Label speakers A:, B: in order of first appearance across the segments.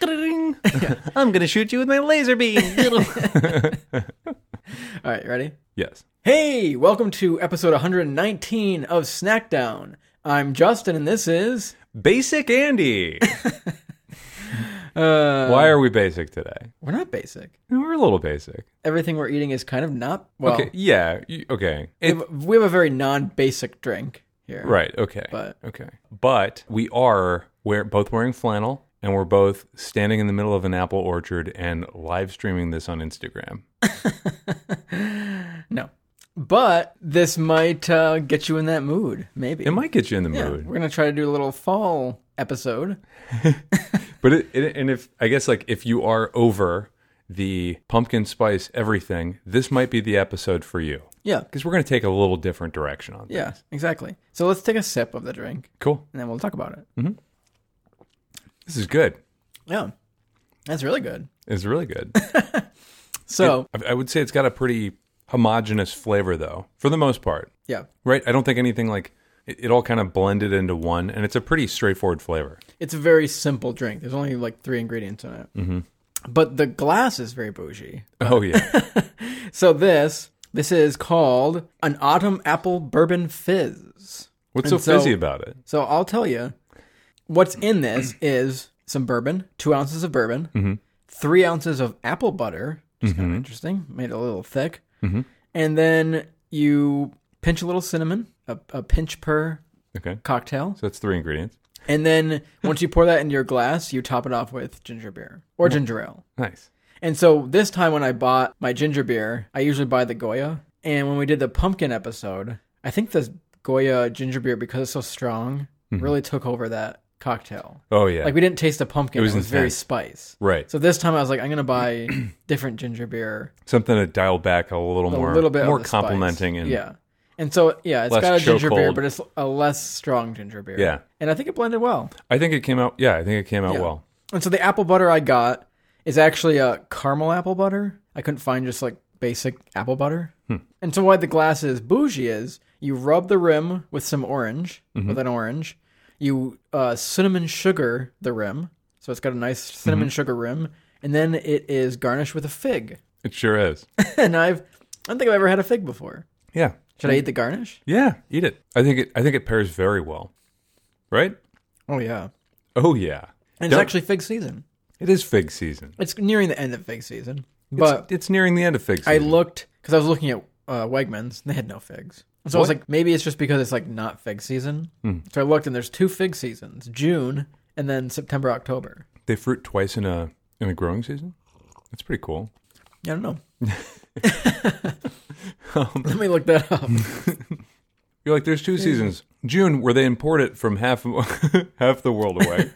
A: I'm gonna shoot you with my laser beam.
B: All right, ready?
C: Yes.
B: Hey, welcome to episode 119 of Snackdown. I'm Justin, and this is
C: Basic Andy.
B: Uh,
C: Why are we basic today?
B: we're not basic.
C: We're a little basic.
B: Everything we're eating is kind of not well.
C: Okay. Yeah. y- Okay.
B: We,
C: It-
B: have, we have a very non-basic drink here.
C: right. Okay.
B: but-
C: okay. But we are we're both wearing flannel and we're both standing in the middle of an apple orchard and live streaming this on Instagram.
B: No, but this might uh, get you in that mood. Maybe
C: It might get you in the
B: Yeah,
C: mood.
B: we're gonna try to do a little fall episode.
C: But it, it, and if I guess like if you are over the pumpkin spice everything, this might be the episode for you
B: Yeah,
C: because we're going to take a little different direction on.
B: yeah,
C: things.
B: exactly. So let's take a sip of the drink,
C: Cool.
B: and then we'll talk about it.
C: Mm. This is good.
B: Yeah, that's really good.
C: It's really good.
B: So
C: I- I would say it's got a pretty homogenous flavor though, for the most part.
B: yeah,
C: Right? I don't think anything like it, it all kind of blended into one, and it's a pretty straightforward flavor.
B: it's a very simple drink. There's only like three ingredients in it. Mm-hmm. But the glass is very bougie.
C: Oh yeah,
B: So this this is called an autumn apple bourbon fizz.
C: what's
B: And
C: so fizzy
B: so-
C: about it?
B: So I'll tell you what's in this is some bourbon, two ounces of bourbon, three ounces of apple butter, which is kind of interesting, made it a little thick, and then you pinch a little cinnamon, a, a pinch per
C: Okay,
B: cocktail,
C: so that's three ingredients.
B: and then once you pour that into your glass, you top it off with ginger beer or ginger ale.
C: Nice.
B: And so this time when I bought my ginger beer, I usually buy the Goya. And when we did the pumpkin episode, I think the Goya ginger beer, because it's so strong, really took over that cocktail.
C: Oh Mm-hmm. yeah,
B: Like we didn't taste the pumpkin, it was,
C: was
B: very
C: intense.
B: spice.
C: right.
B: So this time I was like, I'm gonna buy different ginger beer,
C: Something to dial back a little
B: a
C: more,
B: little bit of
C: more
B: the spice.
C: complimenting and
B: yeah. And so yeah, it's
C: Less
B: got a ginger beer,
C: chokehold.
B: but it's a less strong ginger beer.
C: Yeah.
B: and I think it blended well.
C: I think it came out. Yeah, I think it came out
B: Yeah.
C: well.
B: And so the apple butter I got is actually a caramel apple butter. I couldn't find just like basic apple butter. And so why the glass is bougie is you rub the rim with some orange, with an orange. You uh, cinnamon sugar the rim, so it's got a nice cinnamon sugar rim, and then it is garnished with a fig.
C: It sure is.
B: and I've I don't think I've ever had a fig before.
C: Yeah,
B: Should I eat the garnish?
C: yeah. Eat it. I think it. I think it pairs very well. Right?
B: Oh yeah,
C: Oh yeah.
B: and
C: Don't-
B: it's actually fig season.
C: It is fig season.
B: It's nearing the end of fig season, but
C: it's, it's nearing the end of fig season.
B: I looked because I was looking at uh, Wegmans. And they had no figs, so I was
C: What?
B: like, maybe it's just because it's like not fig season. So I looked, and there's two fig seasons: June and then September, October.
C: they fruit twice in a in a growing season. That's pretty cool.
B: Yeah, I don't know. Let me look that up.
C: You're like, there's two seasons. June, where they import it from half half the world away,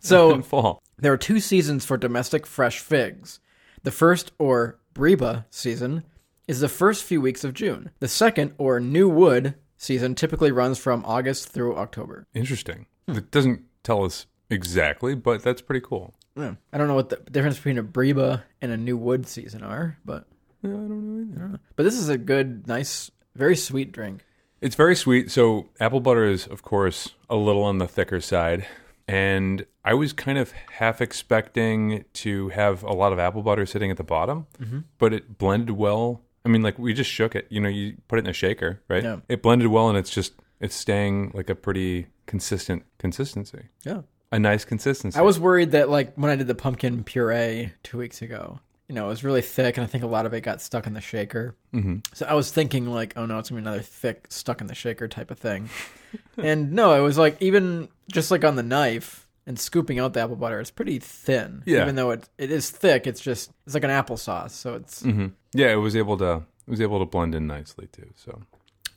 B: So
C: and fall.
B: there are two seasons for domestic fresh figs. The first, or Breba season, is the first few weeks of June. The second, or New Wood season, typically runs from August through October.
C: Interesting. It doesn't tell us exactly, but that's pretty cool.
B: Yeah. I don't know what the difference between a Breba and a New Wood season are, but
C: Yeah, I don't know either.
B: but this is a good, nice, very sweet drink.
C: It's very sweet. So apple butter is, of course, a little on the thicker side, and I was kind of half expecting to have a lot of apple butter sitting at the bottom,
B: Mm-hmm.
C: but it blended well. I mean, like we just shook it. You know, you put it in a shaker, right?
B: Yeah.
C: It blended well, and it's just it's staying like a pretty consistent consistency,
B: Yeah.
C: a nice consistency.
B: I was worried that like when I did the pumpkin puree two weeks ago, you know, it was really thick, and I think a lot of it got stuck in the shaker. Mm-hmm. So I was thinking like, oh no, it's gonna be another thick, stuck in the shaker type of thing. and no, it was like even just like on the knife and scooping out the apple butter, it's pretty thin.
C: Yeah.
B: Even though it it is thick, it's just it's like an applesauce, so it's
C: Mhm. Yeah, it was able to it was able to blend in nicely too. So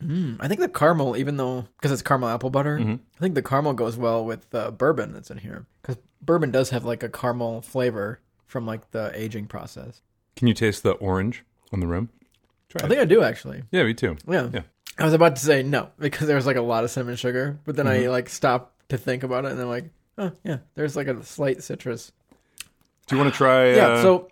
B: Hmm, I think the caramel, even though because it's caramel apple butter, I think the caramel goes well with the bourbon that's in here because bourbon does have like a caramel flavor from like the aging process.
C: can you taste the orange on the rim?
B: I think I do actually.
C: Yeah, me too.
B: Yeah.
C: Yeah.
B: I was about to say no because there was like a lot of cinnamon sugar, but then I like stopped to think about it and then like, oh yeah, there's like a slight citrus.
C: Do you want to try?
B: Yeah.
C: uh,
B: so,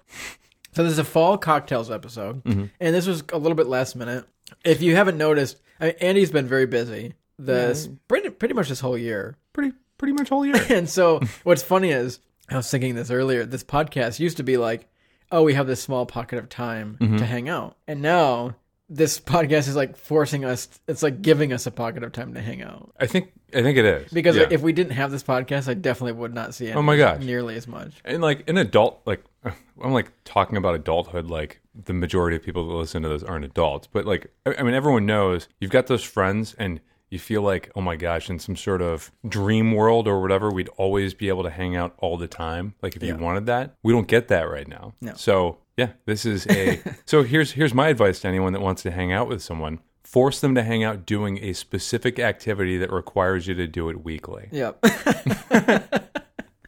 B: so this is a fall cocktails episode, and this was a little bit last minute. If you haven't noticed, I Andy's been very busy this pretty, pretty much this whole year.
C: pretty pretty much all year.
B: And so what's funny is I was thinking this earlier. This podcast used to be like, oh, we have this small pocket of time
C: Mm-hmm.
B: to hang out, and now this podcast is like forcing us. It's like giving us a pocket of time to hang out
C: I think I think it is
B: because
C: Yeah. Oh
B: if we didn't have this podcast, I definitely would not see it.
C: my gosh.
B: nearly as much.
C: and like an adult like i'm like talking about adulthood like the majority of people that listen to this aren't adults but like i, I mean everyone knows you've got those friends and you feel like oh my gosh in some sort of dream world or whatever we'd always be able to hang out all the time like if you wanted that we don't get that right now no. so yeah this is a so here's here's my advice to anyone that wants to hang out with someone force them to hang out doing a specific activity that requires you to do it weekly
B: Yep. but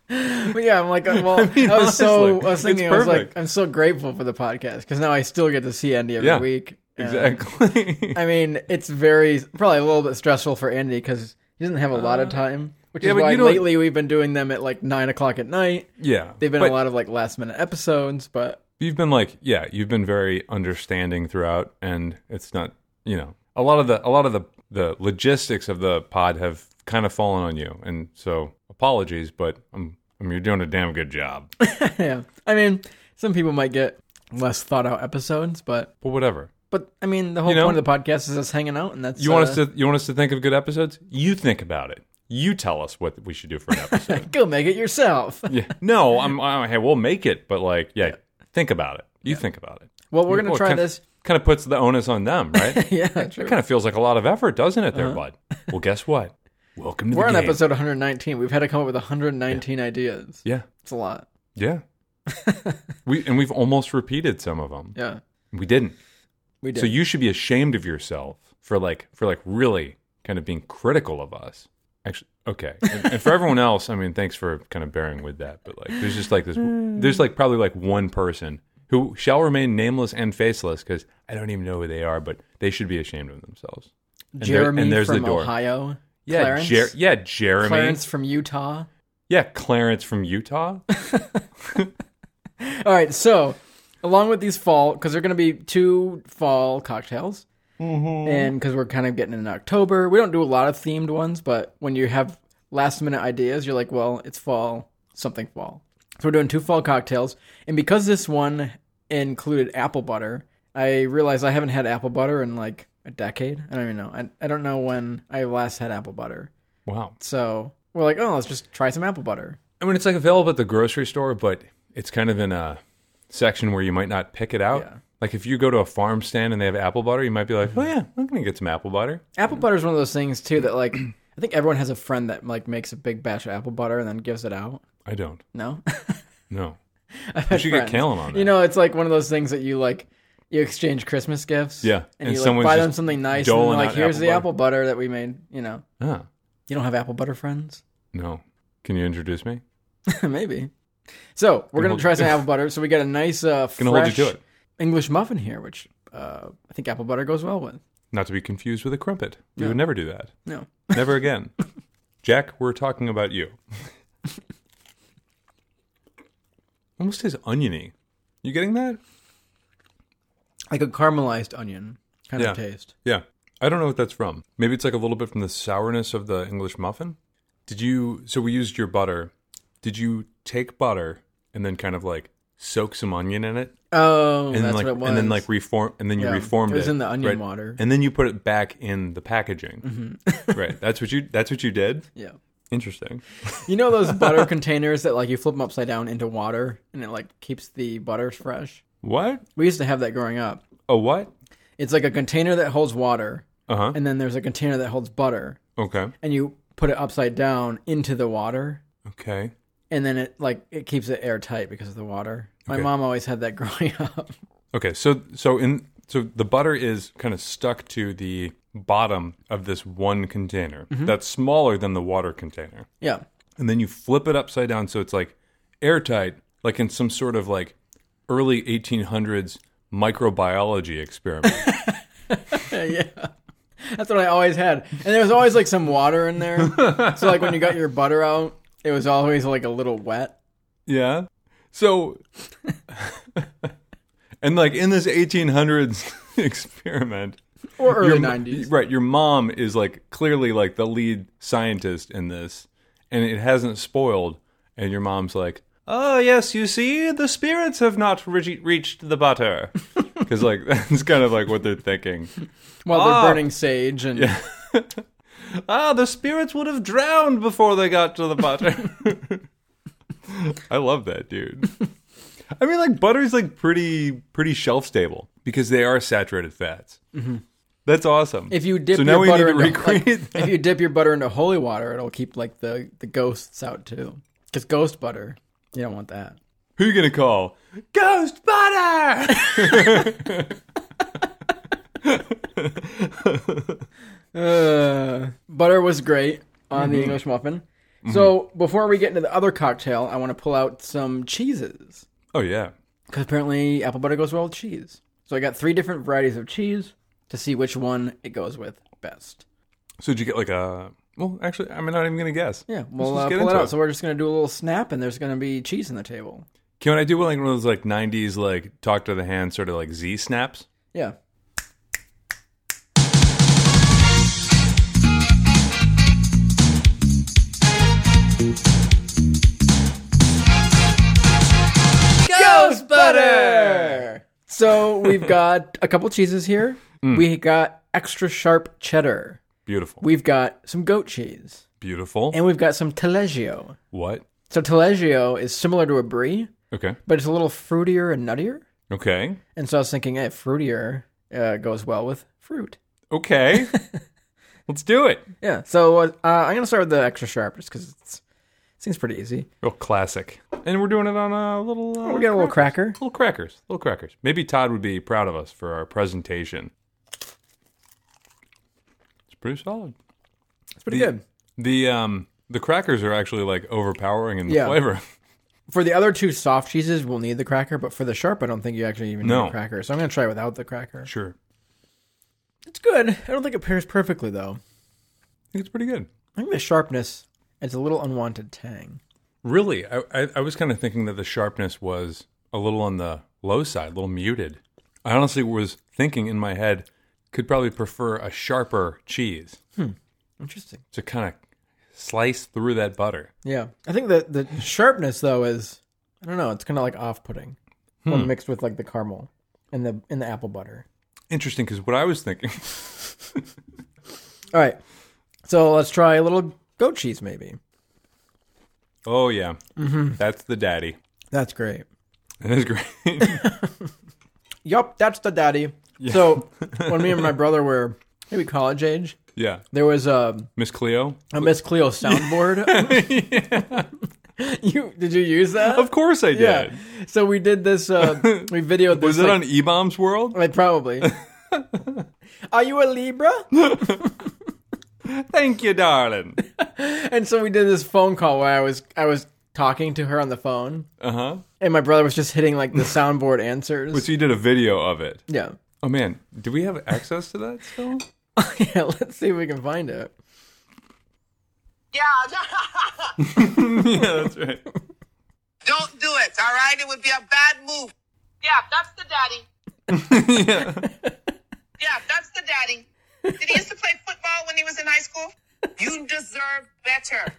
B: yeah, I'm like, uh, well, I, was so,
C: honestly,
B: I was
C: it's
B: thinking, I was like,
C: perfect.
B: I'm so grateful for the podcast because now I still get to see Andy every
C: Yeah,
B: week. And,
C: exactly
B: I mean, it's very probably a little bit stressful for Andy because he doesn't have a lot of time, which
C: Uh, yeah,
B: is
C: but
B: why
C: you don't-
B: lately we've been doing them at like nine o'clock at night.
C: yeah
B: They've been
C: But-
B: a lot of like last minute episodes, but
C: you've been like yeah you've been very understanding throughout and it's not you know a lot of the a lot of the the logistics of the pod have kind of fallen on you and so apologies but i'm I mean, you're doing a damn good job but
B: yeah, I mean, some people might get less thought out episodes, but
C: whatever
B: but I mean, the whole
C: You know-
B: point of the podcast is us hanging out, and that's
C: you want us
B: uh,
C: to you want us to think of good episodes you think about it you tell us what we should do for an episode
B: uh, go make it yourself.
C: yeah no i'm I, hey we'll make it but like yeah, think about it you think about it
B: Well, we're gonna
C: Well,
B: try
C: kind
B: this.
C: kind of puts the onus on them right
B: Yeah, true.
C: That kind of feels like a lot of effort, doesn't it, there, bud? Well, guess what? Welcome to
B: Uh-huh. We're
C: the
B: on
C: game.
B: episode 119. We've had to come up with 119 ideas.
C: Yeah,
B: It's a lot.
C: yeah. we and we've almost repeated some of them.
B: Yeah,
C: We didn't.
B: we did.
C: So you should be ashamed of yourself for like for like really kind of being critical of us. Actually, okay. And, and for everyone else, I mean, thanks for kind of bearing with that. But like, there's just like this.
B: Hmm.
C: There's like probably like one person who shall remain nameless and faceless because I don't even know who they are, but they should be ashamed of themselves. And there-
B: Jeremy
C: and there's the
B: from
C: door.
B: Ohio.
C: Yeah,
B: Clarence.
C: Jer- yeah, Jeremy.
B: Clarence from Utah.
C: Yeah, Clarence from Utah.
B: All right, so along with these fall, because they're going to be two fall cocktails, and because we're kind of getting in October, we don't do a lot of themed ones, but when you have last minute ideas, you're like, well, it's fall, something fall. So we're doing two fall cocktails, and because this one included apple butter, I realized I haven't had apple butter in like a decade. I don't even know. I, I don't know when I last had apple butter.
C: Wow.
B: So we're like, oh, let's just try some apple butter.
C: I mean, it's like available at the grocery store, but it's kind of in a section where you might not pick it out.
B: Yeah. Mm-hmm.
C: Like if you go to a farm stand and they have apple butter, you might be like, "Oh yeah, I'm gonna get some apple butter."
B: Apple butter is one of those things too that like I think everyone has a friend that like makes a big batch of apple butter and then gives it out.
C: I don't.
B: No,
C: No. You should get
B: friends.
C: Kalen on that.
B: you know it's like one of those things that you like you exchange Christmas gifts.
C: Yeah, and
B: and, you like,
C: someone's
B: buy
C: just
B: them something nice and then
C: doling
B: like
C: out apple
B: here's the
C: butter."
B: apple butter that we made. You know,
C: Ah,
B: you don't have apple butter friends,
C: no. Can you introduce me?
B: maybe. So we're gonna
C: hold-
B: try some apple butter. So we got a nice uh, fresh
C: Gonna hold you to it.
B: English muffin here, which uh, I think apple butter goes well with.
C: Not to be confused with a crumpet. You would never do that.
B: No,
C: Never again. Jack, we're talking about you. Almost tastes oniony. You getting that?
B: like a caramelized onion kind
C: Yeah.
B: of taste.
C: Yeah. I don't know what that's from. Maybe it's like a little bit from the sourness of the English muffin. Did you so we used your butter. Did you take butter and then kind of like soak some onion in it?
B: Oh,
C: And
B: that's
C: then like
B: what it was.
C: and then like reform and then you
B: Yeah.
C: reformed
B: Um, It
C: it.
B: was in the onion
C: right?
B: water. Mm-hmm.
C: And then you put it back in the packaging. right. That's what you that's what you did?
B: yeah.
C: Interesting.
B: You know those butter containers that like you flip them upside down into water and it like keeps the butter fresh?
C: What?
B: We used to have that growing up.
C: A what?
B: It's like a container that holds water
C: Uh-huh.
B: and then there's a container that holds butter
C: Okay.
B: and you put it upside down into the water
C: Okay.
B: and then it like it keeps it airtight because of the water. My
C: Okay.
B: mom always had that growing up.
C: Okay, so so in so the butter is kind of stuck to the bottom of this one container that's smaller than the water container,
B: yeah.
C: and then you flip it upside down so it's like airtight, like in some sort of like early 1800s microbiology experiment.
B: yeah. That's what I always had. And there was always like some water in there. so like when you got your butter out, it was always like a little wet.
C: yeah, so and like in this 1800s experiment,
B: Or early
C: your mo-
B: 90s.
C: Right, your mom is like clearly like the lead scientist in this, and it hasn't spoiled, and your mom's like, "Oh yes, you see, the spirits have not re- reached the butter," because like that's kind of like what they're thinking.
B: While
C: Ah.
B: they're burning sage and
C: Ah, the spirits would have drowned before they got to the butter. I love that, dude. I mean, like butter's like pretty pretty shelf stable because they are saturated fats. That's awesome.
B: if you dip
C: so
B: your
C: now we need to
B: butter into, like,
C: recreate. that.
B: if you dip your butter into holy water, it'll keep like the the ghosts out too. Because ghost butter, you don't want that.
C: Who you gonna call? Ghost butter.
B: Uh, butter was great on
C: Mm-hmm.
B: the English muffin. So before we get into the other cocktail, I want to pull out some cheeses
C: oh yeah.
B: because apparently apple butter goes well with cheese. So I got three different varieties of cheese to see which one it goes with best.
C: So did you get like a? Well, actually, I'm not even gonna guess.
B: Yeah,
C: Let's
B: we'll
C: just
B: uh,
C: get
B: pull it
C: into
B: out.
C: it.
B: So we're just gonna do a little snap, and there's gonna be cheese on the table.
C: Can I do like one of those like '90s like talk to the hand sort of like Z snaps?
B: Yeah. Ghost butter. So we've got a couple cheeses here. We got extra sharp cheddar.
C: Beautiful,
B: We've got some goat cheese,
C: beautiful.
B: and we've got some taleggio.
C: what?
B: So taleggio is similar to a brie,
C: Okay,
B: but it's a little fruitier and nuttier.
C: okay,
B: And so I was thinking, eh, fruitier uh, goes well with fruit.
C: okay. Let's do it.
B: Yeah. So uh, I'm gonna start with the extra sharp just because it seems pretty easy.
C: Real classic. And we're doing it on a little. Uh,
B: We'll get a little
C: crack-
B: cracker.
C: Little crackers, little crackers. Maybe Todd would be proud of us for our presentation. It's pretty solid.
B: It's pretty
C: The-
B: good.
C: The um the crackers are actually like overpowering in the
B: Yeah.
C: flavor.
B: For the other two soft cheeses, we'll need the cracker, but for the sharp, I don't think you actually even
C: No.
B: need a cracker. So I'm gonna try without the cracker.
C: Sure.
B: It's good. I don't think it pairs perfectly though.
C: I think it's pretty good.
B: I think the sharpness is a little unwanted tang.
C: Really, I, I, I was kind of thinking that the sharpness was a little on the low side, a little muted. I honestly was thinking in my head, could probably prefer a sharper cheese
B: Interesting.
C: to kind of slice through that butter.
B: Yeah. I think that the sharpness though is I don't know. It's kind of like off-putting when
C: Hmm.
B: mixed with like the caramel and the and the apple butter.
C: Interesting, because what I was thinking,
B: All right. So let's try a little goat cheese, maybe.
C: oh yeah,
B: Mm-hmm.
C: that's the daddy.
B: That's great.
C: That is great.
B: Yup, that's the daddy. So when me and my brother were maybe college age,
C: yeah,
B: there was a,
C: Miss Cleo.
B: a Miss Cleo soundboard. you did you use that?
C: Of course I did.
B: So we did this. Uh, we videoed this.
C: Was it
B: like-
C: on E Bombs World?
B: like, probably? Are you a Libra?
C: Thank you, darling.
B: And so we did this phone call where I was I was talking to her on the phone,
C: Uh huh.
B: and my brother was just hitting like the soundboard answers.
C: So you did a video of it.
B: yeah.
C: Oh man, do we have access to that still?
B: yeah, let's see if we can find it.
D: Yeah, no-
C: yeah, that's right.
D: don't do it. All right, it would be a bad move. Yeah, that's the daddy. yeah. that's the daddy. Did he used to play football when he was in high school? You deserve better.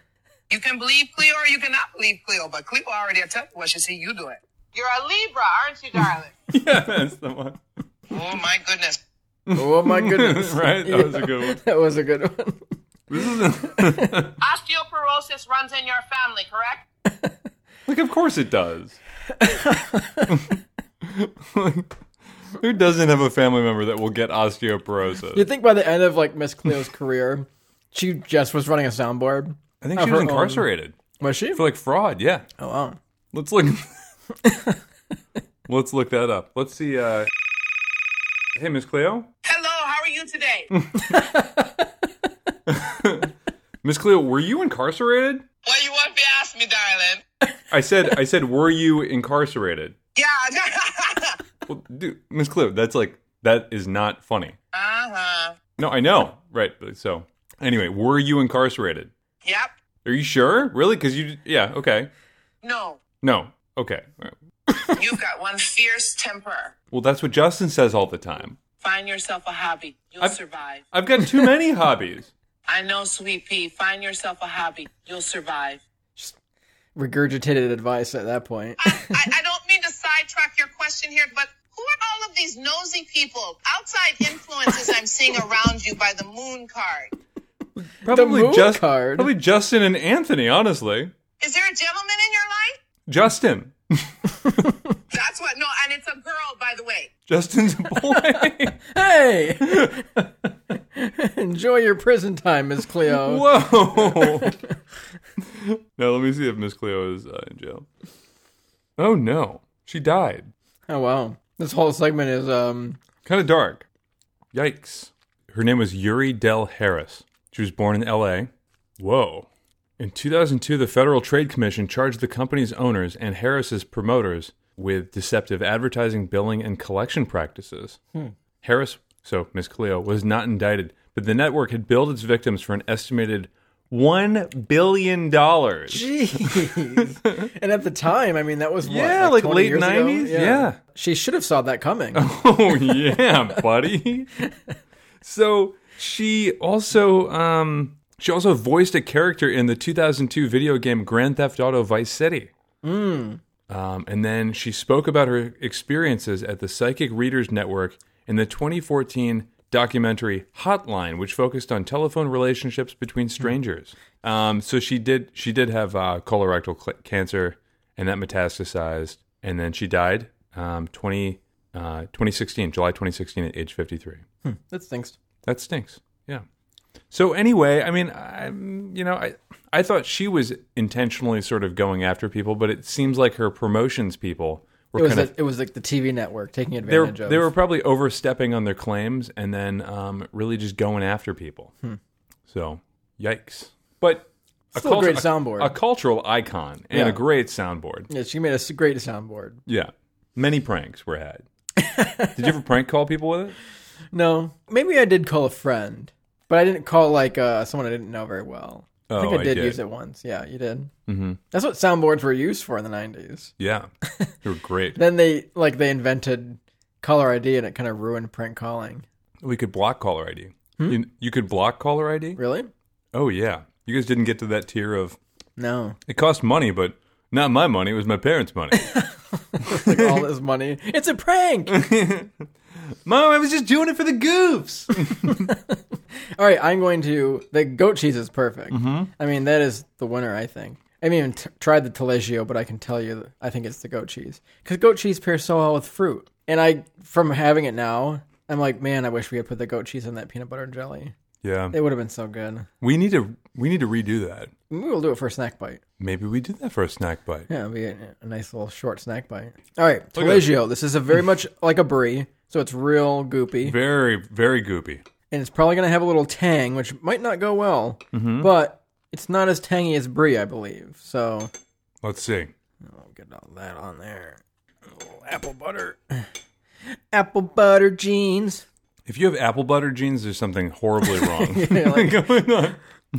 D: You can believe Cleo or you cannot believe Cleo, but Cleo already told what she see you doing. You're a Libra, aren't you, darling?
C: Yeah, that's the one.
D: oh my goodness.
B: Oh my goodness!
C: right? That was a good one.
B: that was a good one.
D: Osteoporosis runs in your family, correct?
C: Like, of course it does. Who doesn't have a family member that will get
B: You
C: osteoporosis?
B: think by the end of like Miss Cleo's career, she just was running a soundboard?
C: I think
B: Of
C: she was
B: her own.
C: incarcerated
B: Was she?
C: for like fraud. Yeah,
B: Oh wow.
C: let's look. let's look that up. Let's see. Uh... Hey, Miss Cleo.
D: Hello, how are you today?
C: Miss Cleo, were you incarcerated?
D: what you want to ask me, darling?
C: I said. I said. Were you incarcerated?
D: Yeah.
C: Well, dude, Miss Cleo, that's like that is not funny.
D: uh-huh.
C: No, I know. Right. So, anyway, were you incarcerated?
D: Yep.
C: Are you sure? Really? Because you, yeah, okay.
D: No,
C: No, okay.
D: You've got one fierce temper.
C: Well, that's what Justin says all the time.
D: Find yourself a hobby. You'll survive.
C: I've got too many hobbies.
D: I know, sweet pea. Find yourself a hobby. You'll survive.
B: Regurgitated advice at that point.
D: I, I, I don't mean to sidetrack your question here, but who are all of these nosy people? Outside influences I'm seeing around you by the moon card.
C: Probably
B: moon
C: just
B: card.
C: probably Justin and Anthony. Honestly,
D: Is there a gentleman in your life?
C: Justin.
D: That's what. No, and it's a girl, by the way.
C: Justin's a boy.
B: hey! Enjoy your prison time, Miss Cleo.
C: Whoa. now let me see if Miss Cleo is uh, in jail. Oh no, she died.
B: Oh wow. This whole segment is um
C: Kind of dark. Yikes. Her name was Yuri Del Harris. She was born in L.A. Whoa. In 2002, the Federal Trade Commission charged the company's owners and Harris's promoters with deceptive advertising, billing, and collection practices. Harris, so Miss Cleo, was not indicted, but the network had billed its victims for an estimated $1 billion.
B: jeez. and at the time, I mean that was what,
C: Yeah, like,
B: 20
C: late
B: years ago?
C: 90s? yeah.
B: She should have saw that coming.
C: oh yeah, buddy. so she also um she also voiced a character in the 2002 video game Grand Theft Auto Vice City. Um, and then she spoke about her experiences at the Psychic Readers Network in the 2014 documentary Hotline, which focused on telephone relationships between strangers. Um, so she did she did have uh, colorectal cl- cancer, and that metastasized, and then she died um, 20, uh, 2016, July 2016, at age 53.
B: that stinks.
C: That stinks. Yeah. So anyway, I mean, I, you know, I I thought she was intentionally sort of going after people, but it seems like her promotions people
B: It
C: were
B: was
C: kind
B: like,
C: of
B: it was like the TV network taking
C: they were,
B: advantage of
C: they were probably overstepping on their claims and then um, really just going after people. So yikes! But
B: Hmm. Still a great soundboard.
C: a cultural icon, and
B: Yeah.
C: a great soundboard.
B: Yeah, she made a s- great soundboard.
C: Yeah, many pranks were had. Did you ever prank call people with it?
B: No, maybe I did call a friend, but I didn't call like uh, someone I didn't know very well. I think
C: Oh,
B: I
C: I
B: did,
C: did.
B: use it once. Yeah, you did. Mm-hmm. That's what soundboards were used for in the '90s.
C: Yeah, they were great.
B: Then they like they invented caller ID, and it kind of ruined prank calling.
C: We could block caller ID.
B: Hmm?
C: You, you could block caller ID.
B: Really?
C: Oh yeah, you guys didn't get to that tier of
B: No.
C: it cost money, but not my money. It was my parents' money.
B: Like all this money, it's a prank. all
C: Mom, I was just doing it for the goofs.
B: right, I'm going to. The goat cheese is perfect. I mean, that is the winner. I think. I haven't even t- tried the taleggio, but I can tell you, that I think it's the goat cheese because goat cheese pairs so well with fruit. And I, from having it now, I'm like, man, I wish we had put the goat cheese in that peanut butter and jelly.
C: yeah,
B: It would have been so good.
C: we need to we need to redo that.
B: Maybe we'll do it for a snack bite.
C: Maybe we do that for a snack bite.
B: Yeah, it'll be a, a nice little short snack bite. All right,
C: at this.
B: Taleggio. This is a very much like a brie, so it's real goopy,
C: Very very goopy.
B: and it's probably going to have a little tang, which might not go well.
C: Mm-hmm.
B: But it's not as tangy as brie, I believe. So
C: Let's see.
B: I'll get all that on there. A little apple butter, apple butter jeans.
C: If you have apple butter jeans, there's something horribly wrong going on.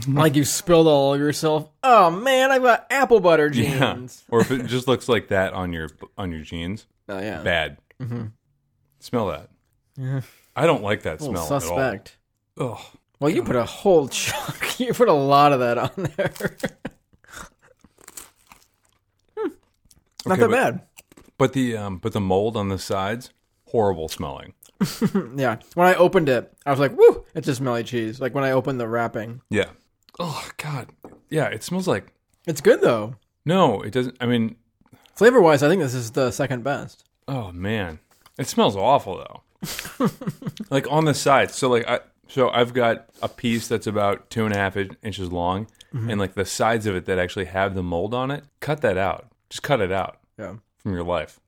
B: like you spilled all over yourself. Oh man, I've got apple butter
C: Yeah.
B: jeans.
C: Or if it just looks like that on your on your jeans,
B: Oh yeah,
C: bad.
B: Mm-hmm.
C: Smell that. I don't like that
B: Little
C: smell
B: suspect.
C: at all. Ugh.
B: Well, you put a whole chunk. You put a lot of that on there. Hmm.
C: Okay,
B: Not that
C: but-
B: bad.
C: But the um, but the mold on the sides, horrible smelling.
B: Yeah. When I opened it, I was like, "Woo!" It's just smelly cheese. Like when I opened the wrapping,
C: Yeah. Oh God. Yeah, it smells like.
B: it's good though.
C: No, it doesn't. I mean,
B: Flavor wise, I think this is the second best.
C: oh man, it smells awful though. like on the sides. So like I. So I've got a piece that's about two and a half in- inches long, and like the sides of it that actually have the mold on it. Cut that out. Just cut it out
B: Yeah.
C: from your life.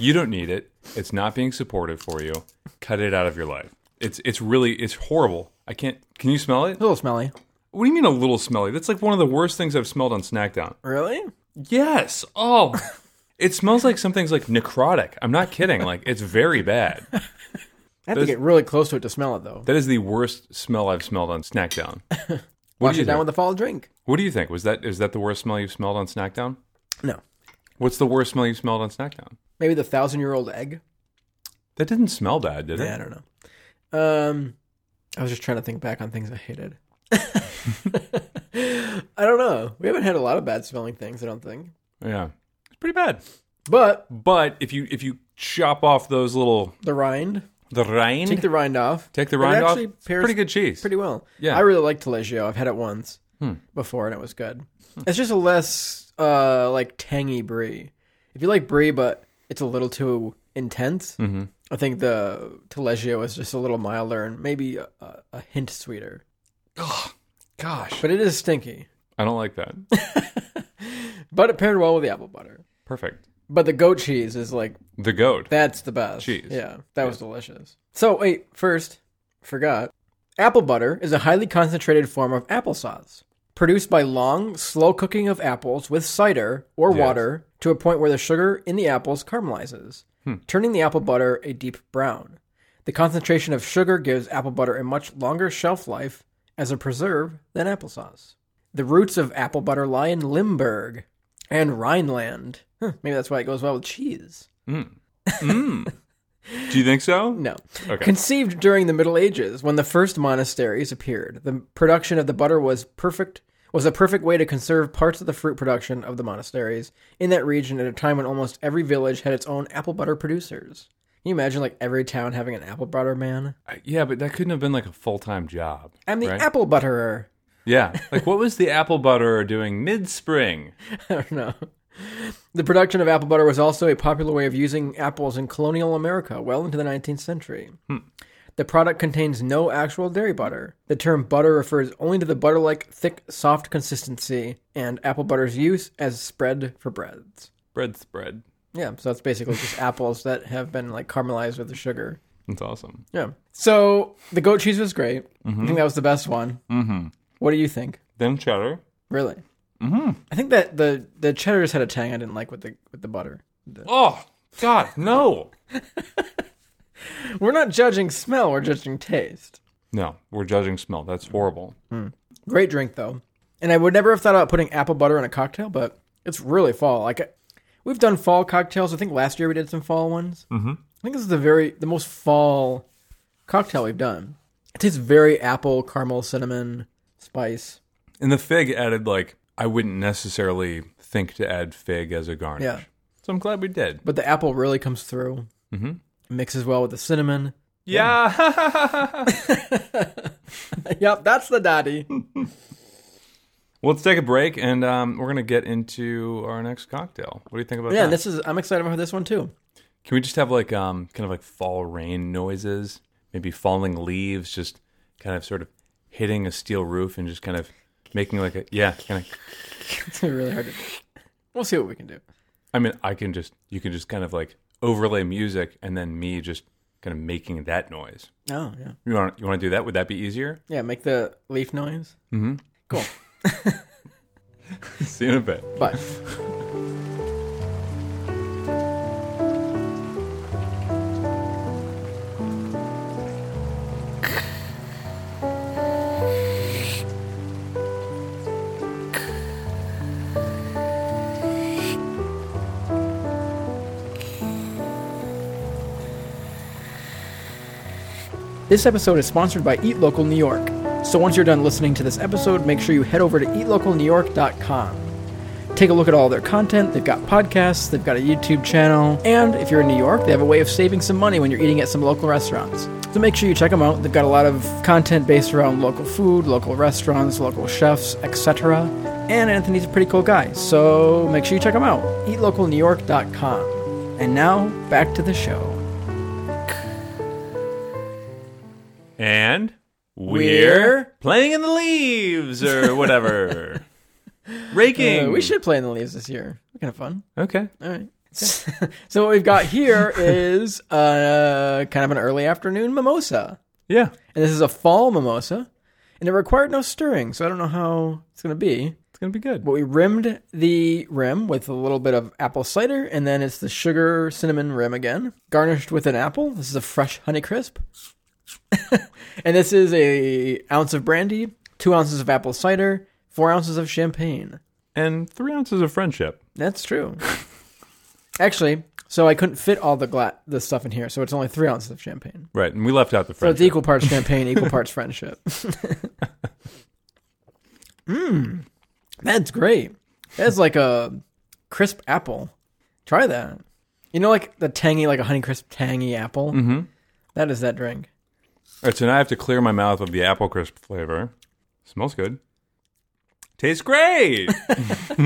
C: You don't need it. It's not being supportive for you. Cut it out of your life. It's it's really it's horrible. I can't. Can you smell it?
B: A little smelly.
C: What do you mean a little smelly? That's like one of the worst things I've smelled on Snackdown.
B: Really?
C: Yes. Oh. it smells like something's like necrotic. I'm not kidding. Like it's very bad.
B: I have
C: Those-
B: to get really close to it to smell it though.
C: That is the worst smell I've smelled on Snackdown. What
B: Wash
C: do you
B: it down
C: think?
B: with a fall drink.
C: What do you think? Was that is that the worst smell you've smelled on Snackdown?
B: No.
C: What's the worst smell you've smelled on Snackdown?
B: Maybe the thousand year old egg.
C: That didn't smell bad, did it?
B: Yeah, I don't know. Um, I was just trying to think back on things I hated. I don't know. We haven't had a lot of bad smelling things, I don't think.
C: Yeah, it's pretty bad.
B: But
C: But if you if you chop off those little
B: the rind,
C: the rind,
B: take the rind off.
C: take the
B: It
C: rind off,
B: actually
C: it's
B: pairs
C: pretty good cheese.
B: pretty well.
C: Yeah.
B: I really like Taleggio. I've had it once before and it was good. It's just a less uh like tangy brie. If you like brie but it's a little too intense, I think the Taleggio is just a little milder and maybe a, a, a hint sweeter.
C: Gosh,
B: But it is stinky.
C: I don't like that.
B: But it paired well with the apple butter.
C: Perfect.
B: But the goat cheese is like
C: The goat.
B: That's the best.
C: Cheese.
B: Yeah, that was delicious. So, wait, first, forgot. Apple butter is a highly concentrated form of applesauce produced by long, slow cooking of apples with cider or
C: Yes.
B: water to a point where the sugar in the apples caramelizes,
C: Hmm.
B: turning the apple butter a deep brown. The concentration of sugar gives apple butter a much longer shelf life as a preserve than applesauce. The roots of apple butter lie in Limburg and Rhineland. Huh, maybe that's why it goes well with cheese.
C: Do you think so?
B: No.
C: Okay.
B: Conceived during the Middle Ages, when the first monasteries appeared, the production of the butter was perfect was a perfect way to conserve parts of the fruit production of the monasteries in that region at a time when almost every village had its own apple butter producers. Can you imagine like every town having an apple butter man?
C: I- Yeah, but that couldn't have been like a full time job.
B: I'm the
C: right?
B: apple butterer.
C: Yeah. Like, what was the apple butterer doing mid spring?
B: I don't know. The production of apple butter was also a popular way of using apples in colonial America well into the 19th century. The product contains no actual dairy butter. The term butter refers only to the butter like, thick, soft consistency and apple butter's use as spread for breads.
C: Bread spread.
B: Yeah, so that's basically just apples that have been like caramelized with the sugar.
C: That's awesome.
B: Yeah. So the goat cheese was great. I think that was the best one. Mm-hmm. What do you think?
C: Then cheddar.
B: Really? Mm-hmm. I think that the the cheddar's had a tang I didn't like with the with the butter.
C: Oh, God, no.
B: We're not judging smell, we're judging taste.
C: No, we're judging smell. That's horrible.
B: Great drink though. And I would never have thought about putting apple butter in a cocktail, but it's really fall. Like we've done fall cocktails. I think last year we did some fall ones. Mm-hmm. I think this is the very the most fall cocktail we've done. It tastes very apple, caramel, cinnamon, spice.
C: And the fig added, like, I wouldn't necessarily think to add fig as a garnish.
B: Yeah.
C: So I'm glad we did.
B: But the apple really comes through. Mm-hmm. Mixes well with the cinnamon.
C: Yeah.
B: yep, that's the daddy.
C: well, let's take a break and um, we're going to get into our next cocktail. What do you think about
B: yeah,
C: that?
B: and this is I'm excited about this one too.
C: Can we just have like um kind of like fall rain noises? Maybe falling leaves just kind of sort of hitting a steel roof and just kind of making like a yeah, kind of
B: It's really hard to do. We'll see what we can do.
C: I mean, I can just you can just kind of like overlay music and then me just kind of making that noise.
B: Oh, yeah.
C: You want you want to do that? Would that be easier?
B: Yeah, make the leaf noise.
C: See you in a bit.
B: Bye. This episode is sponsored by Eat Local New York. So once you're done listening to this episode, make sure you head over to eatlocalnewyork.com. Take a look at all their content. They've got podcasts, they've got a YouTube channel, and if you're in New York, they have a way of saving some money when you're eating at some local restaurants. So make sure you check them out. They've got a lot of content based around local food, local restaurants, local chefs, etc. And Anthony's a pretty cool guy, so make sure you check him out. eatlocalnewyork.com. And now, back to the show.
C: And
B: We're-
C: playing in the leaves or whatever. Raking.
B: Uh, we should play in the leaves this year. Kind of fun.
C: Okay.
B: All right. so what we've got here is uh, kind of an early afternoon mimosa,
C: Yeah.
B: and this is a fall mimosa, and it required no stirring, so I don't know how it's going to be.
C: It's going to be good.
B: But we rimmed the rim with a little bit of apple cider, and then it's the sugar cinnamon rim again, garnished with an apple. This is a fresh honey crisp, and this is a ounce of brandy, two ounces of apple cider, four ounces of champagne.
C: and 3 ounces of friendship.
B: That's true. Actually, so I couldn't fit all the gla- the stuff in here, so it's only three ounces of champagne.
C: Right, and we left out the
B: So it's
C: friendship.
B: equal parts champagne, equal parts friendship. Hmm. That's great. That's like a crisp apple. Try that. You know, like the tangy, like a honey crisp tangy apple. Mm-hmm. is that drink.
C: All right, so now I have to clear my mouth of the apple crisp flavor. Smells good. Tastes great.
B: That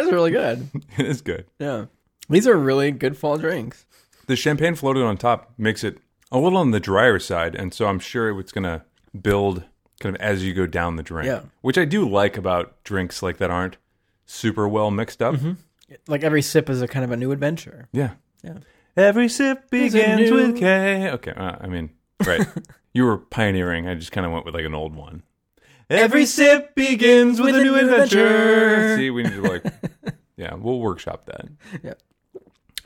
B: is really good.
C: it is good.
B: Yeah, these are really good fall drinks.
C: The champagne floated on top makes it a little on the drier side, and so I'm sure it's going to build kind of as you go down the drink.
B: Yeah.
C: Which I do like about drinks like that aren't super well mixed up.
B: Like every sip is a kind of a new adventure.
C: Yeah.
B: Yeah.
C: Every sip begins
B: new-
C: with K. Okay, uh, I mean, right. you were pioneering. I just kind of went with like an old one. Every sip begins with a new adventure. See, we need to like, yeah, we'll workshop that. It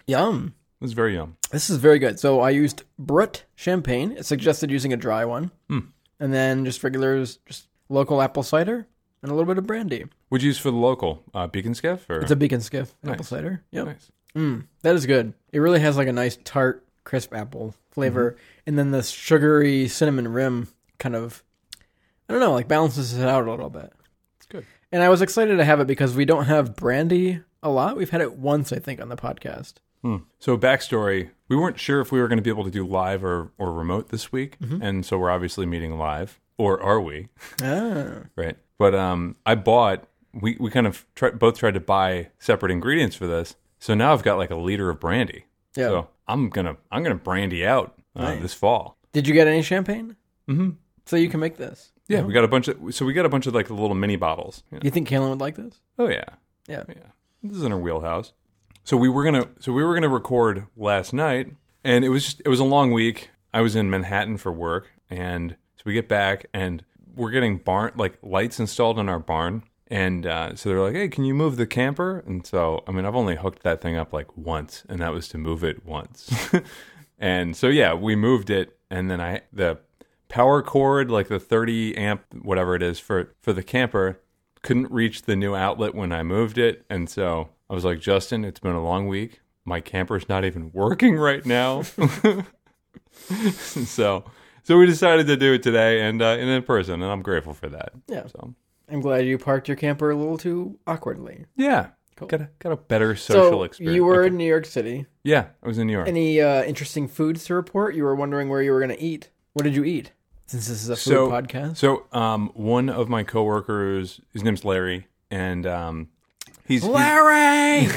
B: Yum.
C: was very yum.
B: This is very good. So I used Brut champagne. It suggested using a dry one, and then just regulars, just local apple cider and a little bit of brandy.
C: Would you use for the local uh, beacon skiff or
B: It's a Beacon Skiff apple cider. Yep. Mm,
C: nice?
B: That is good. It really has like a nice tart, crisp apple flavor,
C: Mm-hmm.
B: and then the sugary cinnamon rim kind of, I don't know, like balances it out a little bit. It's
C: good.
B: And I was excited to have it because we don't have brandy a lot. We've had it once, I think, on the podcast.
C: So backstory: we weren't sure if we were going to be able to do live or or remote this week,
B: Mm-hmm.
C: and so we're obviously meeting live, or are we?
B: Ah,
C: Right. But um, I bought. We we kind of try, both tried to buy separate ingredients for this. So now I've got like a liter of brandy.
B: Yeah.
C: So I'm gonna I'm gonna brandy out uh, this fall.
B: did you get any champagne? Mm-hmm. So you can make this.
C: Yeah, we got a bunch of so we got a bunch of like little mini bottles. you know.
B: You think Kalen would like this?
C: Oh yeah,
B: Yeah.
C: yeah. This is in our wheelhouse. So we were gonna so we were gonna record last night, and it was just, it was a long week. I was in Manhattan for work, and so we get back, and we're getting barn like lights installed in our barn, and uh, so they're like, "Hey, can you move the camper?" And so I mean, I've only hooked that thing up like once, and that was to move it once. and so yeah, we moved it, and then I the power cord like the 30 amp whatever it is for for the camper couldn't reach the new outlet when I moved it. And so I was like, Justin, it's been a long week. My camper's not even working right now. so so we decided to do it today and uh, and in person, and I'm grateful for that.
B: Yeah.
C: So
B: I'm glad you parked your camper a little too awkwardly.
C: yeah. Got a got a better social
B: so
C: experience.
B: you were
C: Okay.
B: in New York City.
C: Yeah, I was in New York.
B: Any uh, interesting foods to report? You were wondering where you were going to eat. What did you eat? Since this is a food
C: so
B: podcast,
C: So um one of my coworkers, his name's Larry, and um he's he's-
B: Larry.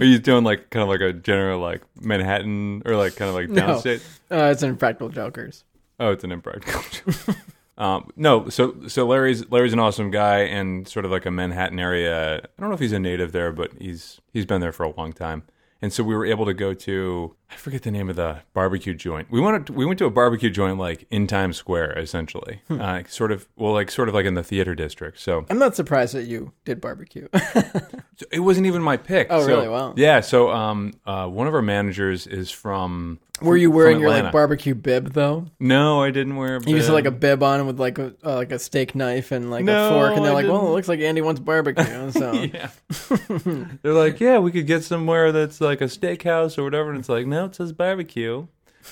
C: Are you doing like kind of like a general like Manhattan or like kind of like
B: No.
C: downstate?
B: uh, it's in Fractal Jokers.
C: Oh, it's an impractical joke. um, no, so so Larry's Larry's an awesome guy and sort of like a Manhattan area. I don't know if he's a native there, but he's he's been there for a long time. And so we were able to go to I forget the name of the barbecue joint. We wanted we went to a barbecue joint like in Times Square essentially,
B: Hmm.
C: uh, sort of well like sort of like in the theater district. So
B: I'm not surprised that you did barbecue.
C: so it wasn't even my pick.
B: Oh,
C: So-
B: really? Wow.
C: Yeah. So um, uh, one of our managers is from.
B: were you
C: from
B: wearing your like
C: Atlanta.
B: barbecue bib though?
C: No, I didn't wear.
B: You just had
C: bib.
B: like a bib on with like a uh, like a steak knife and like
C: No,
B: a fork, and they're
C: I
B: like, "Well,
C: didn't.
B: it looks like Andy wants barbecue." So
C: Yeah. They're like, yeah, we could get somewhere that's like a steakhouse or whatever. And it's like, no, it says barbecue.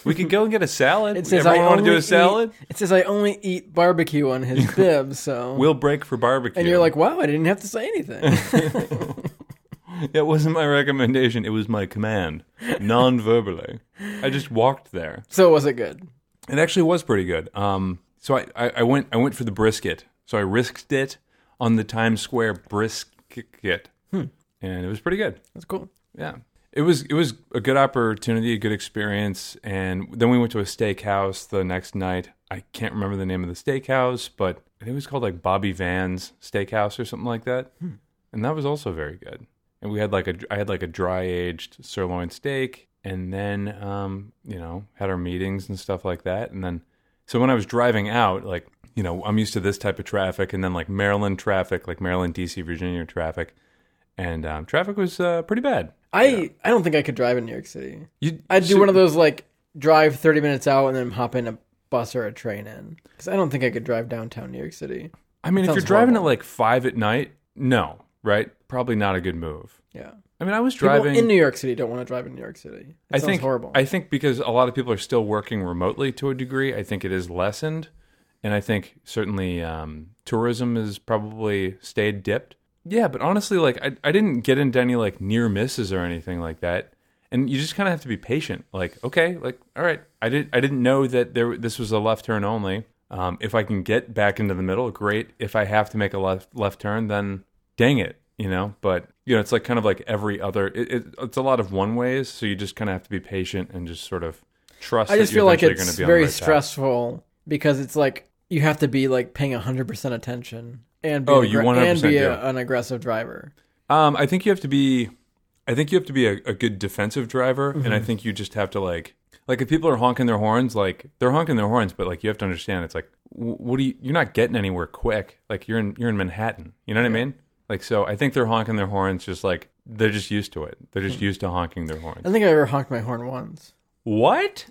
C: We could go and get a salad.
B: it says, "I
C: Everyone
B: only
C: want to do a
B: eat-
C: salad?
B: It says, "I only eat barbecue on his bib." So
C: We'll break for barbecue.
B: and you're like, "Wow, I didn't have to say anything."
C: that wasn't my recommendation. It was my command, non verbally. I just walked there.
B: so was it good?
C: It actually was pretty good. Um, so I, I, I went I went for the brisket. So I risked it on the Times Square brisket,
B: Hmm.
C: and it was pretty good.
B: That's cool.
C: Yeah. It was it was a good opportunity, a good experience, and then we went to a steakhouse the next night. I can't remember the name of the steakhouse, but I think it was called like Bobby Van's Steakhouse or something like that. And that was also very good. And we had like a I had like a dry aged sirloin steak, and then um you know had our meetings and stuff like that, and then so when I was driving out, like, you know, I'm used to this type of traffic and then like Maryland traffic, like Maryland, DC, Virginia traffic. And um, traffic was uh, pretty bad.
B: I I don't think I could drive in New York City.
C: You,
B: I'd do
C: so-
B: one of those like drive thirty minutes out and then hop in a bus or a train in because I don't think I could drive downtown New York City.
C: I mean, if you're
B: sounds
C: driving
B: horrible.
C: at like five at night, no, right? Probably not a good move.
B: Yeah,
C: I mean, I was
B: People
C: driving
B: in New York City don't want to drive in New York City. That
C: I
B: sounds
C: think
B: horrible.
C: I think because a lot of people are still working remotely to a degree. I think it is lessened, And I think certainly um, tourism has probably stayed dipped. Yeah, but honestly, like I, I didn't get into any like near misses or anything like that. And you just kind of have to be patient. Like, okay, like all right, I did I didn't know that there this was a left turn only. Um, if I can get back into the middle, great. If I have to make a left left turn, then dang it, you know. But you know, it's like kind of like every other. It, it, it's a lot of one ways, so you just kind of have to be patient and just sort of trust.
B: I
C: that
B: just
C: you're
B: feel like
C: eventually gonna
B: it's
C: be on the
B: very
C: right path.
B: stressful because it's like you have to be like paying 100% attention and be,
C: Oh,
B: an
C: you
B: aggra-
C: 100%
B: and be a-
C: do.
B: an aggressive driver.
C: Um, I think you have to be, I think you have to be a, a good defensive driver, and I think you just have to like, like if people are honking their horns, like they're honking their horns, but like you have to understand, it's like, wh- what do you? You're not getting anywhere quick. Like you're in you're in Manhattan. You know what I mean? Like so, I think they're honking their horns, just like they're just used to it. They're just used to honking their
B: I
C: horns.
B: think I ever honked my horn once.
C: What?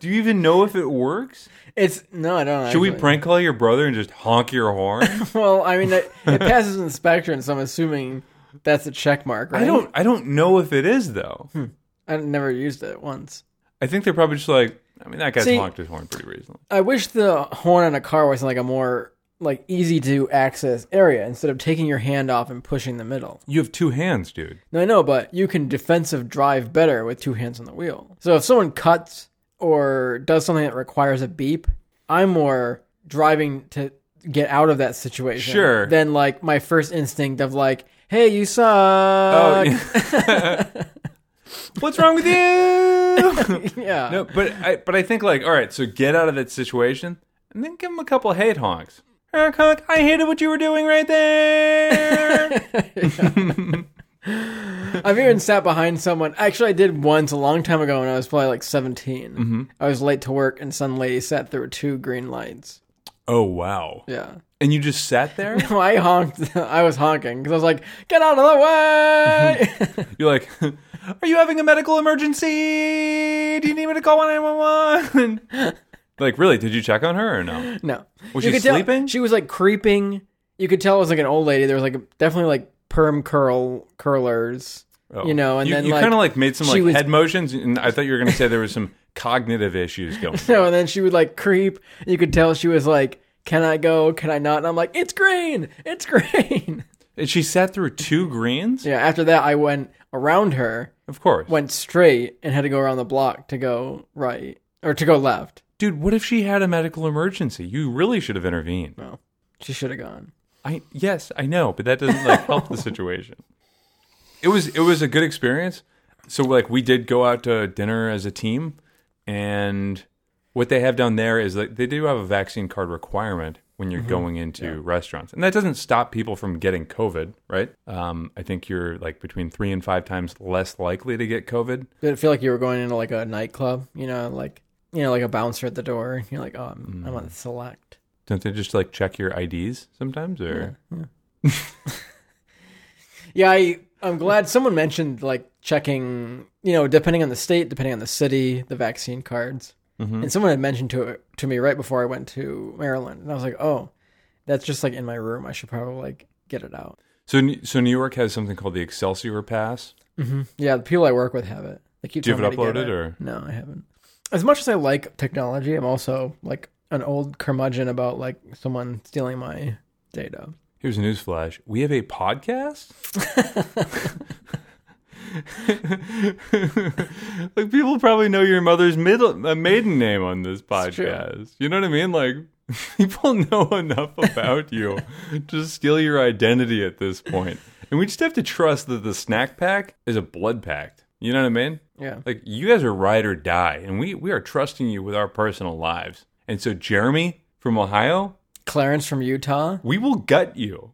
C: do you even know if it works?
B: It's no, I don't.
C: Should we
B: actually.
C: prank call your brother and just honk your horn?
B: Well, I mean, it, it passes inspection, so I'm assuming that's a check mark. Right?
C: I don't. I don't know if it is though.
B: I never used it once.
C: I think they're probably just like. I mean, that guy's
B: See-
C: honked his horn pretty recently.
B: I wish the horn on a car was in like a more like easy to access area instead of taking your hand off and pushing the middle.
C: You have two hands, dude.
B: No, I know, but you can defensive drive better with two hands on the wheel. So if someone cuts or does something that requires a beep, I'm more driving to get out of that situation.
C: Sure.
B: Than like my first instinct of like, hey, you suck. Oh,
C: yeah. Uh, What's wrong with you?
B: yeah.
C: no, but I but I think like all right, so get out of that situation and then give him a couple hate honks. Honk, honk, I hated what you were doing right there.
B: I've even sat behind someone. Actually, I did once a long time ago when I was probably like 17.
C: Mm-hmm.
B: I was late to work, and some lady sat through two green lights.
C: oh wow!
B: Yeah.
C: And you just sat there.
B: Well, I honked. I was honking because I was like, get out of the way.
C: You're like, are you having a medical emergency? Do you need me to call one nine one one? Like really? Did you check on her or no?
B: no.
C: Was
B: You
C: she
B: could tell-
C: sleeping?
B: she was like creeping. You could tell it was like an old lady. There was like definitely like perm curl curlers.
C: Oh.
B: You know, and
C: you,
B: then
C: you
B: like,
C: kind of like made some
B: she
C: like
B: was-
C: head motions, and I thought you were going to say there was some cognitive issues going. on.
B: No, and then she would like creep. You could tell she was like, "Can I go? Can I not?" And I'm like, "It's green. It's green."
C: And she sat through two greens?
B: yeah. After that, I went around her,
C: Of course.
B: went straight, and had to go around the block to go right or to go left.
C: Dude, what if she had a medical emergency? You really should have intervened.
B: No, she should have gone.
C: I yes, I know, but that doesn't like help the situation. It was it was a good experience. So like we did go out to dinner as a team and what they have down there is like they do have a vaccine card requirement when you're going into restaurants. And that doesn't stop people from getting COVID, right? Um, I think you're like between three and five times less likely to get COVID.
B: Did it feel like you were going into like a nightclub? You know, like you know, like a bouncer at the door. You're like, "Oh, I'm, I'm on select."
C: Don't they just like check your IDs sometimes or
B: Yeah, I, I'm glad someone mentioned like checking, you know, depending on the state, depending on the city, the vaccine cards. And someone had mentioned to to me right before I went to Maryland, and I was like, oh, that's just like in my room. I should probably like get it out.
C: So, N- so New York has something called the Excelsior Pass.
B: Yeah, the people I work with have it. They keep
C: Do you have
B: telling
C: it
B: me to get
C: uploaded, or-
B: no? I haven't. As much as I like technology, I'm also like an old curmudgeon about like someone stealing my data.
C: Here's a news flash: we have a podcast. like people probably know your mother's middle uh, maiden name on this
B: true.
C: podcast. You know what I mean? Like people know enough about you to steal your identity at this point, and we just have to trust that the snack pack is a blood pact. You know what I mean?
B: Yeah.
C: Like you guys are ride or die, and we we are trusting you with our personal lives. And so Jeremy from Ohio,
B: Clarence from Utah
C: we will gut you.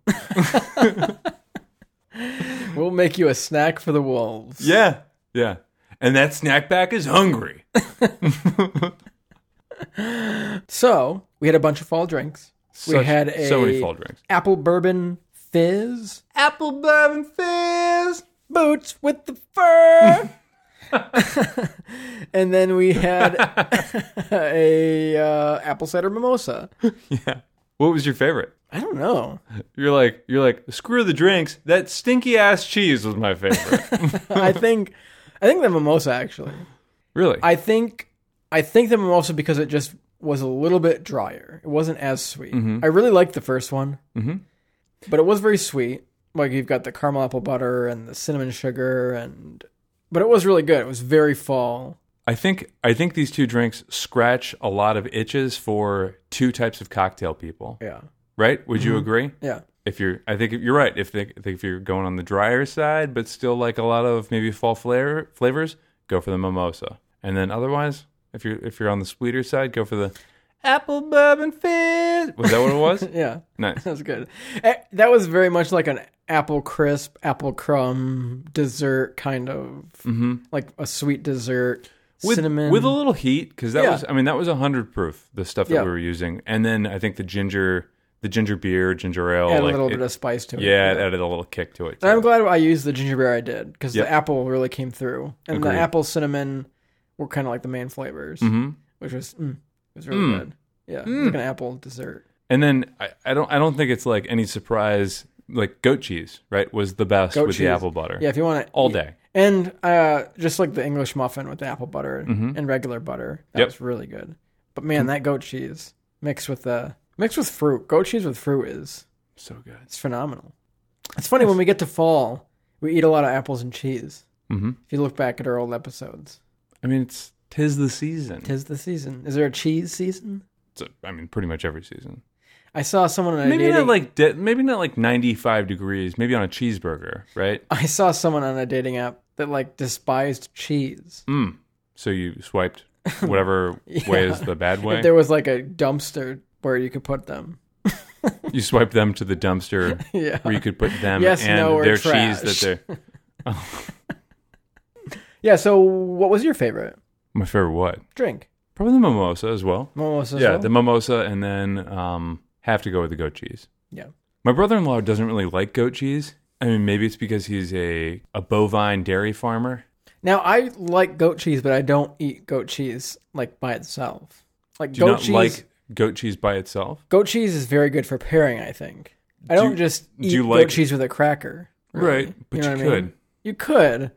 B: will make you a snack for the wolves.
C: yeah, yeah. And that snack pack is hungry.
B: So we had a bunch of fall drinks. we
C: Such-
B: had a
C: so many fall drinks.
B: apple bourbon fizz,
C: Apple bourbon fizz.
B: boots with the fur, and then we had a uh, apple cider mimosa.
C: Yeah. What was your favorite?
B: I don't know.
C: You're like you're like screw the drinks. That stinky ass cheese was my favorite.
B: I think I think the mimosa actually.
C: really?
B: I think I think the mimosa because it just was a little bit drier. It wasn't as sweet.
C: Mm-hmm.
B: I really liked the first one, but it was very sweet. Like you've got the caramel apple butter and the cinnamon sugar, and but it was really good. It was very fall.
C: I think I think these two drinks scratch a lot of itches for two types of cocktail people,
B: Yeah, Mm-hmm.
C: right? Would you agree?
B: yeah,
C: If you're, I think you're right. If they, I think if you're going on the drier side, but still like a lot of maybe fall flavor, flavors, go for the mimosa. And then otherwise, if you're if you're on the sweeter side, go for the apple bourbon fizz. Was that what it was?
B: yeah.
C: nice.
B: That was good. Eh, That was very much like an apple crisp, apple crumb dessert kind of like a sweet dessert.
C: Mm-hmm. with,
B: cinnamon
C: with a little heat because that
B: Yeah.
C: was I mean that was hundred proof the stuff that
B: Yeah.
C: we were using, and then I think the ginger the ginger beer ginger ale
B: add
C: like,
B: a little
C: it-
B: bit of spice to it.
C: yeah, it added a little kick to it.
B: And I'm
C: too.
B: glad I used the ginger beer I did because
C: Yep.
B: the apple really came through, and
C: Agreed. Mm-hmm.
B: the apple cinnamon were kind of like the main flavors, which was mm, it was really good. Yeah, it was like an apple dessert.
C: And then I, I don't I don't think it's like any surprise like goat cheese right was the best
B: Goat
C: with
B: cheese.
C: the apple butter
B: Yeah, if you want to
C: all day.
B: and uh, just like the English muffin with the apple butter and regular butter,
C: Mm-hmm.
B: that
C: Yep. Mm.
B: was really good. But man, that goat cheese mixed with the mixed with fruit, goat cheese with fruit is
C: So good.
B: It's phenomenal. It's funny when we get to fall, we eat a lot of apples and cheese.
C: Mhm.
B: If you look back at our old episodes,
C: I mean it's tis the season.
B: tis the season. Is there a cheese season?
C: It's a- I mean pretty much every season.
B: I saw someone on a
C: Maybe
B: dating.
C: not like de- maybe not like ninety five degrees. Maybe on a cheeseburger right.
B: I saw someone on a dating app that like despised cheese.
C: Mm. So you swiped whatever way is the bad way.
B: If there was like a dumpster where you could put them.
C: You swipe them to the dumpster
B: Yeah.
C: where you could put them
B: Yes,
C: and
B: no, or
C: their cheese
B: trash.
C: that they're
B: Yeah. So, what was your favorite
C: my favorite what?
B: drink?
C: Probably the mimosa as well.
B: Mimosa. as
C: yeah,
B: well?
C: the mimosa and then um have to go with the goat cheese.
B: yeah.
C: My brother in law doesn't really like goat cheese. I mean maybe it's because he's a, a bovine dairy farmer.
B: Now I like goat cheese, but I don't eat goat cheese like by itself. Like
C: Do you
B: goat
C: not
B: cheese.
C: like goat cheese by itself?
B: goat cheese is very good for pairing. I think I don't just
C: do
B: eat
C: you
B: goat
C: like-
B: cheese with a cracker, really.
C: Right, but you
B: know what I mean?
C: could.
B: You could,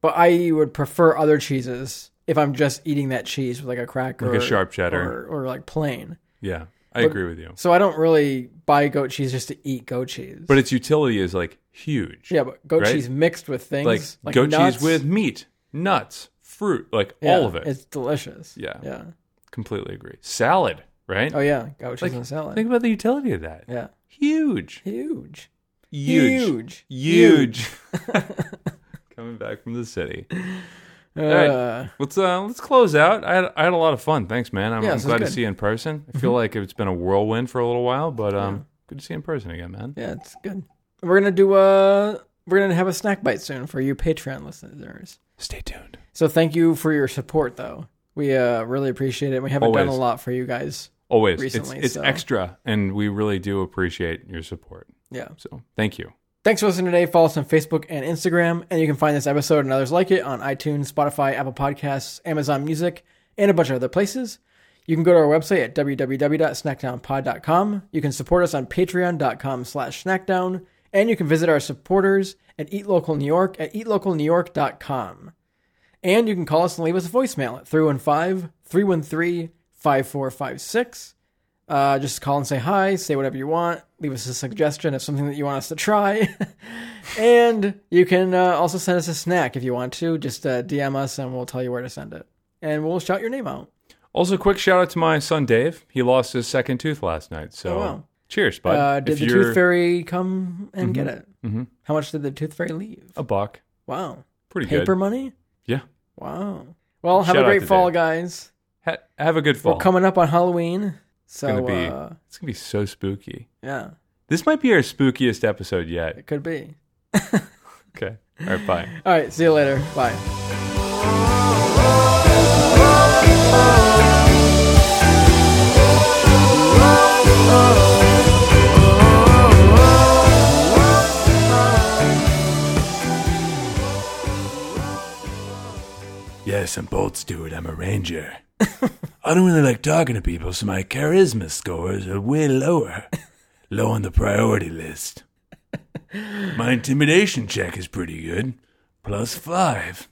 B: but I would prefer other cheeses if I'm just eating that cheese with like a cracker,
C: Like a sharp cheddar.
B: or, or like plain.
C: Yeah. I agree with you.
B: So I don't really buy goat cheese just to eat goat cheese.
C: But its utility is like huge.
B: yeah, but goat
C: right?
B: cheese mixed with things
C: like,
B: like,
C: goat
B: nuts,
C: cheese with meat, nuts, fruit, like
B: yeah,
C: all of it.
B: It's delicious.
C: Yeah.
B: yeah.
C: Completely agree. Salad, right?
B: Oh yeah, goat cheese and salad.
C: Think about the utility of that.
B: yeah,
C: Huge.
B: huge.
C: Huge. Huge.
B: Huge.
C: Coming back from the city.
B: Uh,
C: All right. Let's uh, let's close out. I had, I had a lot of fun. Thanks, man. I'm,
B: Yeah,
C: I'm
B: this was
C: glad to
B: good. Mm-hmm.
C: see you in person. I feel like it's been a whirlwind for a little while, but um, good to see you in person again, man.
B: Yeah, it's good. We're gonna do a we're gonna have a snack bite soon for you Patreon listeners.
C: Stay tuned.
B: So thank you for your support, though. We uh, really appreciate it. We haven't done a
C: Always.
B: lot for you guys.
C: Always,
B: Recently,
C: it's, it's
B: so-
C: extra, and we really do appreciate your support.
B: Yeah.
C: So thank you.
B: Thanks for listening today. Follow us on Facebook and Instagram, and you can find this episode and others like it on iTunes, Spotify, Apple Podcasts, Amazon Music, and a bunch of other places. You can go to our website at www.snackdownpod.com. You can support us on patreon.com slash snackdown, and you can visit our supporters at Eat Local New York at eatlocalnewyork.com. And you can call us and leave us a voicemail at 315-313-5456. Uh, just call and say hi, say whatever you want, leave us a suggestion of something that you want us to try. and you can uh, also send us a snack if you want to. Just uh, DM us and we'll tell you where to send it. And we'll shout your name out.
C: Also, quick shout out to my son Dave. He lost his second tooth last night. So
B: Oh, wow.
C: cheers, bud.
B: Uh, did
C: If
B: the
C: you're
B: tooth fairy come and get it? Mm-hmm. How much did the tooth fairy leave?
C: a buck?
B: Wow.
C: Oh, Pretty
B: Paper
C: good.
B: money?
C: Yeah.
B: Wow. Well, have
C: Shout out
B: a great
C: to
B: fall,
C: Dave.
B: guys.
C: Ha- have a good fall.
B: We're coming up on Halloween. So,
C: It's gonna be
B: uh,
C: it's gonna be so spooky.
B: yeah,
C: This might be our spookiest episode yet.
B: it could be.
C: Okay. All right. Bye.
B: All right. See you later. Bye.
C: Yes, I'm Bolt Stewart. I'm a ranger. I don't really like talking to people, so my charisma scores are way lower. Low on the priority list. My intimidation check is pretty good. Plus five.